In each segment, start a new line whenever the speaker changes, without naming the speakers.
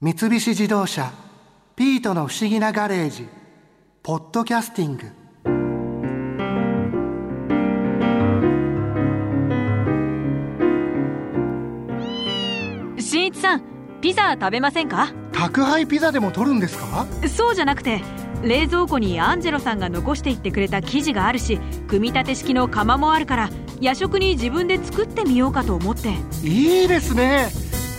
三菱自動車「ピートの不思議なガレージ」「ポッドキャスティング」
しんいちさんピザ食べませんか
宅配ピザでも取るんですか
そうじゃなくて冷蔵庫にアンジェロさんが残していってくれた生地があるし組み立て式の釜もあるから夜食に自分で作ってみようかと思って
いいですね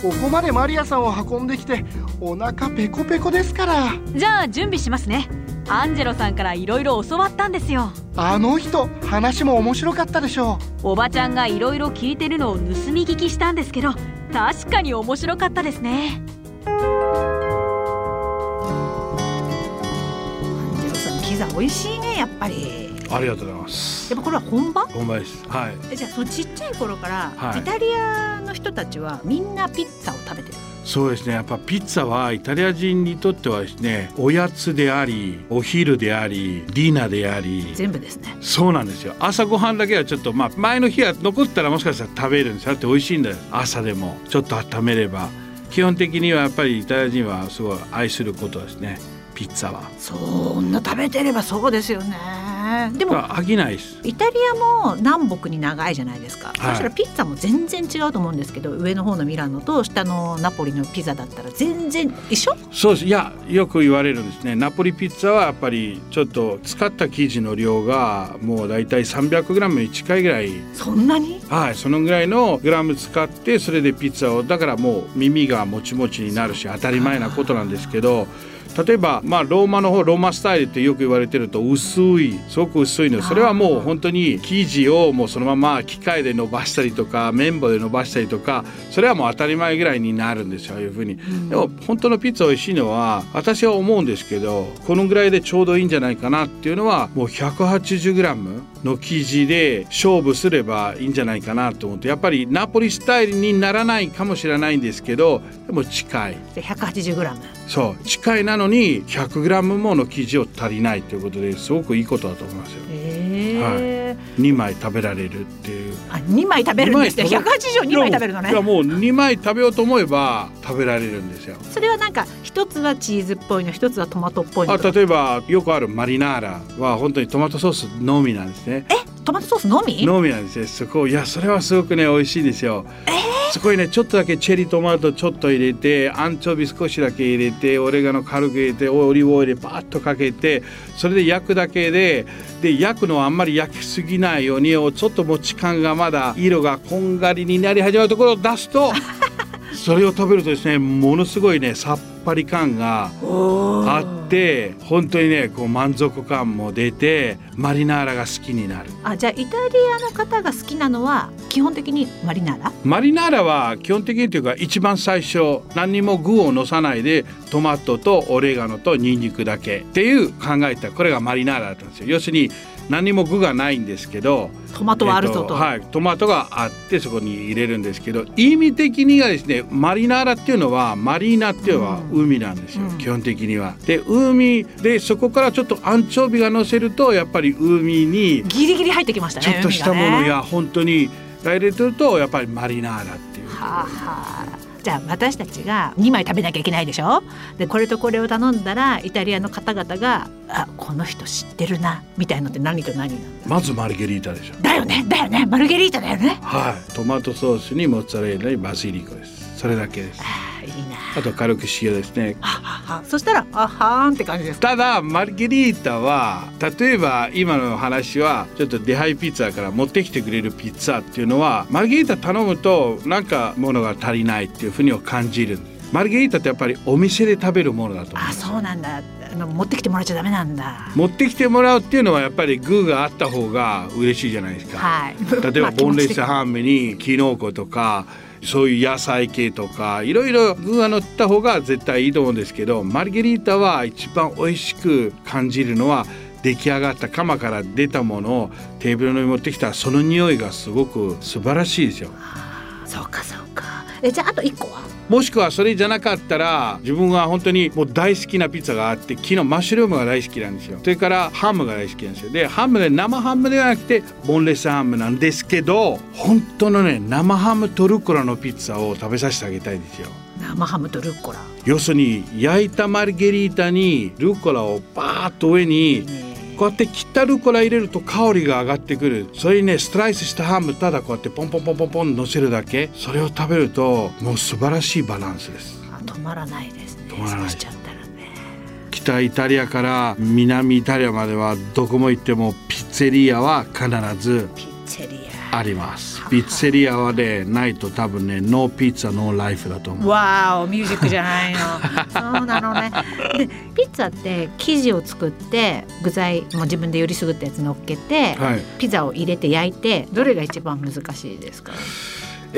ここまでマリアさんを運んできてお腹ペコペコですから
じゃあ準備しますねアンジェロさんからいろいろ教わったんですよ
あの人話も面白かったでしょ
おばちゃんがいろいろ聞いてるのを盗み聞きしたんですけど確かに面白かったですね
アンジェロさんピザ美味しいねやっぱり
ありがとうございます。
やっぱこれは本場
ほんまです。はい。
えじゃあそのちっちゃい頃から、
はい
イタリアの人たちはみんなピッツァを食べてる
そうですね。やっぱピッツァはイタリア人にとってはですね、おやつであり、お昼であり、ディナーであり。
全部ですね
そうなんですよ朝ごはんだけはちょっとまあ前の日は残ったらもしかしたら食べるんですよだって美味しいんだよ朝でもちょっと温めれば基本的にはやっぱりイタリア人はすごい愛することですねピッツァは
そんな食べてればそうですよねで
だか
も
ら飽きないです
イタリアも南北に長いじゃないですか、そしたらピッツァも全然違うと思うんですけど上の方のミラノと下のナポリのピザだったら全然一緒
そうですいやよく言われるんですねナポリピッツァはやっぱりちょっと使った生地の量がもうだいたい 300g に近いぐらい
そんなに
はいそのぐらいのグラム使ってそれでピッツァをだからもう耳がもちもちになるし当たり前なことなんですけど例えば、まあ、ローマの方ローマスタイルってよく言われてると薄いすごく薄いのそれはもう本当に生地をもうそのまま機械で伸ばしたりとか綿棒で伸ばしたりとかそれはもう当たり前ぐらいになるんですよああいうふうに、でも本当のピッツァ美味しいのは私は思うんですけどこのぐらいでちょうどいいんじゃないかなっていうのはもう 180g の生地で勝負すればいいんじゃないかなと思ってやっぱりナポリスタイルにならないかもしれないんですけどでも近い。
じゃあ 180g
そう近いなのに 100g もの生地を足りないということですごくいいことだと思いますよ
ええ
2枚食べられるっていう
あ2枚食べるんですね
二枚
180を2枚食べるのね
いやもう2枚食べようと思えば食べられるんですよ
それはなんか一つはチーズっぽいの一つはトマトっぽいの
あ
と
例えばよくあるマリナーラは本当にトマトソースのみなんですね
トマトソースのみ
のみなんですねそこいやそれはすごくね美味しいですよ、そこにねちょっとだけチェリートマトちょっと入れてアンチョビ少しだけ入れてオレガノ軽く入れてオリーブオイルバーッとかけてそれで焼くだけでで焼くのはあんまり焼きすぎないようにちょっともち感がまだ色がこんがりになり始めるところを出すとそれを食べるとですねものすごいねさっぱり感があって本当にねこう満足感も出てマリナーラが好きになる。
あじゃあイタリアの方が好きなのは基本的にマリナーラ
マリナーラは基本的にというか一番最初何にも具をのさないでトマトとオレガノとニンニクだけっていう考えたこれがマリナーラだったんですよ要するに何にも具がないんですけど
トマトはあるぞ
えっ
と、
とはい、トマトがあってそこに入れるんですけど意味的にはですねマリナーラっていうのはマリーナっていうのは海なんですよ、
うん
基本的には。で海でそこからちょっとアンチョビが乗せるとやっぱり海に
ギリギリ入ってきましたね
ちょっとしたもの
海がね
や本当にが入れてるとやっぱりマリナーラっていう。
はあはあじゃあ私たちが2枚食べなきゃいけないでしょでこれとこれを頼んだらイタリアの方々が「あこの人知ってるな」みたいのって何と何なの
まずマルゲリータでしょ
だよねだよねマルゲリータだよね
はいトマトソースにモッツァレーラにバジリコですそれだけです
あいいな
あと軽く塩ですね
はあはあそしたら「あはーん」って感じですか
ただマルゲリータは例えば今の話はちょっとデハイピッツァから持ってきてくれるピッツァっていうのはマルゲリータ頼むとなんか物が足りないっていうふうには感じるんですマルゲリータってやっぱりお店で食べるものだと思うん
あ
ですよ
そうなんだあの持ってきてもらっちゃダメなんだ
持ってきてもらうっていうのはやっぱり具があった方が嬉しいじゃないですか、
はい
例え ば
まあ気
ボ
持
ンレ
ち的
スハムにキノコとかそういう野菜系とかいろいろ具が乗った方が絶対いいと思うんですけどマルゲリータは一番美味しく感じるのは出来上がった釜から出たものをテーブルに持ってきたらその匂いがすごく素晴らしいですよ
そうかそうかえじゃああと1個は
もしくはそれじゃなかったら自分は本当にもう大好きなピッツァがあって昨日マッシュルームが大好きなんですよそれからハムが大好きなんですよでハムで生ハムではなくてボンレスハムなんですけど本当のね生ハムトルコラのピッツァを食べさせてあげたいんですよ
生ハムとルッコラ
要するに焼いたマルゲリータにルッコラをバーッと上にこうやって切ったルッコラ入れると香りが上がってくるそれにねスライスしたハムただこうやってポンポンポンポンポン乗せるだけそれを食べるともう素晴らしいバランスです
あ止まらないですね
止まらない
そうしちゃったらね
北イタリアから南イタリアまではどこも行ってもピッツェリアは必ず
ピッツェリ
ありますピッツェリアはねないと多分ねノーピッツァノーライフだと
ア
思う
わーおミュージックじゃない のそうなのねでピッツァって生地を作って具材も自分でよりすぐったやつ乗っけて、
はい
ピザを入れて焼いてどれが一番難しいですか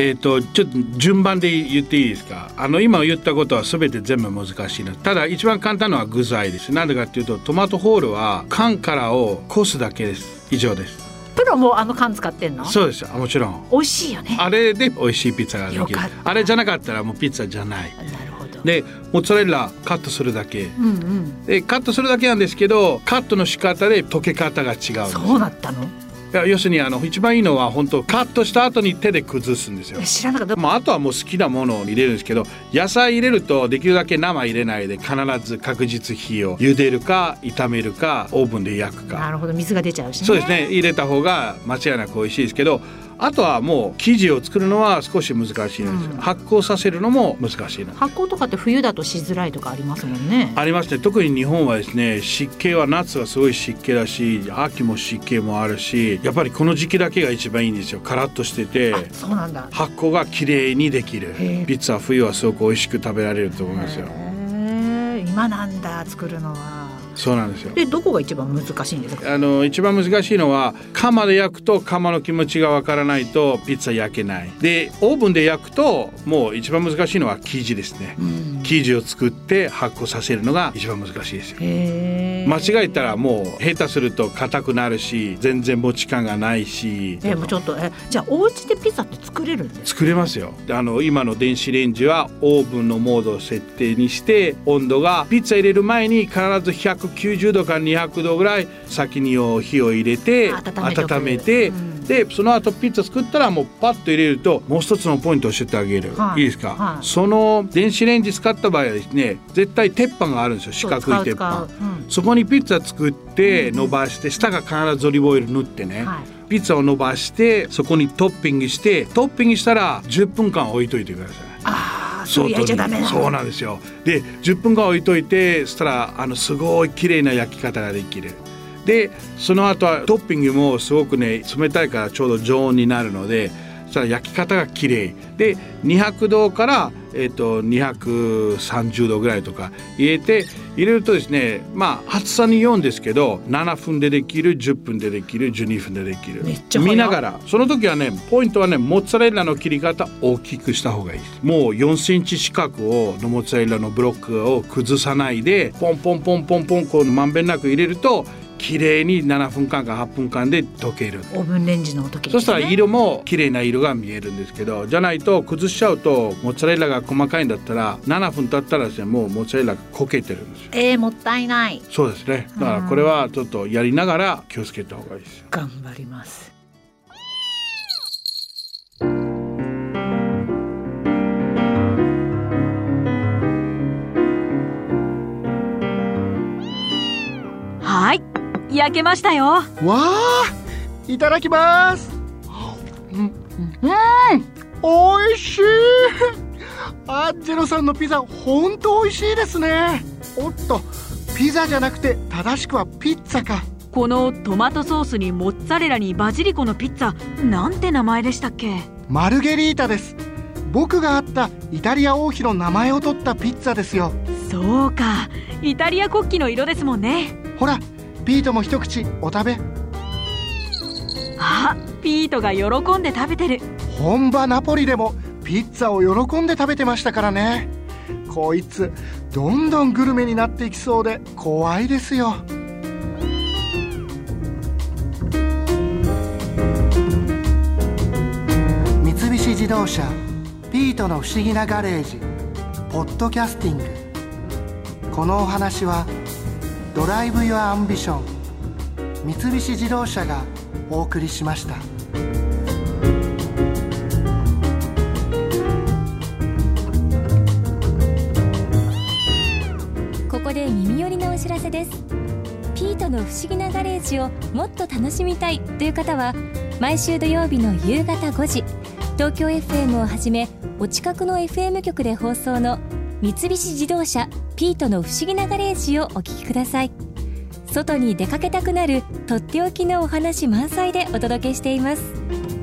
えー、とちょっと順番で言っていいですかあの今言ったことは全て全部難しいのただ一番簡単なのは具材ですなんでかっていうとトマトホールは缶からをこすだけです以上です
プロもあの缶使ってんの
そうですあもちろん
美味しいよね
あれで美味しいピッツァができ
よ
る
かった
あれじゃなかったらもうピッツァじゃない
なるほど
でモッツァレッラカットするだけ
うんうん
でカットするだけなんですけどカットの仕方で溶け方が違うんです
そうだったの
いや要するにあの一番いいのは本当カットした後に手で崩すんですよ
え知らなかった
まあ、あとはもう好きなものを入れるんですけど野菜入れるとできるだけ生入れないで必ず確実火を茹でるか炒めるかオーブンで焼く
な
か
るほど水が出ちゃうしね
そうですね入れた方が間違いなく美味しいですけどあとはもう生地を作るのは少し難しいんですよ、
うん
発酵させるのも難しいな
発酵とかって冬だとしづらいとかありますもんね
ありまして特に日本はですね湿気は夏はすごい湿気だし秋も湿気もあるしやっぱりこの時期だけが一番いいんですよカラッとしてて
あそうなんだ
発酵がきれいにできる
へえ
ピッツァは冬はすごく美味しく食べられると思いますよ
へえ今なんだ作るのは
そうなんですよ
でどこが一番難しいんですか
あの一番難しいのは釜で焼くと釜の気持ちがわからないとピッツァ焼けないでオーブンで焼くともう一番難しいのは生地ですね
うん
生地を作って発酵させるのが一番難しいですよ
へえ
間違えたらもう下手すると硬くなるし全然持ち感がないし
えもうちょっとえじゃあお家でピザって作れるんですか
作れますよあの今の電子レンジはオーブンのモードを設定にして温度がピッツァ入れる前に必ず190度から200度ぐらい先に火を入れて
温めておく
温めて、
うん
でその後ピッツァ作ったらもうパッと入れるともう一つのポイントを教えてあげる、
はい
い、いですか、
はい
その電子レンジ使った場合はですね絶対鉄板があるんですよ四角い鉄
使
板
う。使ううん
そこにピッツァ作って伸ばして下が必ずオリーブオイル塗ってね、
はい
ピッツァを伸ばしてそこにトッピングしてトッピングしたら10分間置いといてください。
ああそう焼いちゃダメな
そう
の
なんですよで10分間置いといてそしたらあのすごい綺麗な焼き方ができるでその後はトッピングもすごくね冷たいからちょうど常温になるのでそしたら焼き方が綺麗で200度から、えっと230度ぐらいとか入れて入れるとですねまあ厚さに4ですけど7分でできる10分でできる12分でできる
めっちゃ早い
見ながらその時はねポイントはねモッツァレッラの切り方大きくした方がいいですもう4センチ四角をのモッツァレッラのブロックを崩さないでポンポンポンポンポンこうまんべんなく入れると綺麗に7分間か8分間で溶ける
オーブンレンジの時に
そ
ね
したら色も綺麗な色が見えるんですけどじゃないと崩しちゃうとモッツァレッラが細かいんだったら7分経ったらですねもうモッツァレッラがこけてるんですよ
えーもったいない
そうですねだからこれはちょっとやりながら気をつけた方がいいですよ
頑張ります
はい焼けましたよ
わあいただきますうんうん美味しいアンジェロさんのピザ本当美味しいですねおっとピザじゃなくて正しくはピッツァか
このトマトソースにモッツァレラにバジリコのピッツァなんて名前でしたっけ
マルゲリータです僕が会ったイタリア王妃の名前を取ったピッツァですよ
そうかイタリア国旗の色ですもんね
ほらピートも一口お食べ
あピートが喜んで食べてる
本場ナポリでもピッツァを喜んで食べてましたからねこいつどんどんグルメになっていきそうで怖いですよ三菱自動車ピートの不思議なガレージポッドキャスティングこのお話は「ドライブ・ユア・アンビション」三菱自動車がお送りしました。
こで耳寄りなお知らせですピートの不思議なガレージをもっと楽しみたいという方は毎週土曜日の夕方5時東京 FM をはじめお近くの FM 局で放送の三菱自動車ピートの不思議なガレージをお聞きください外に出かけたくなるとっておきのお話満載でお届けしています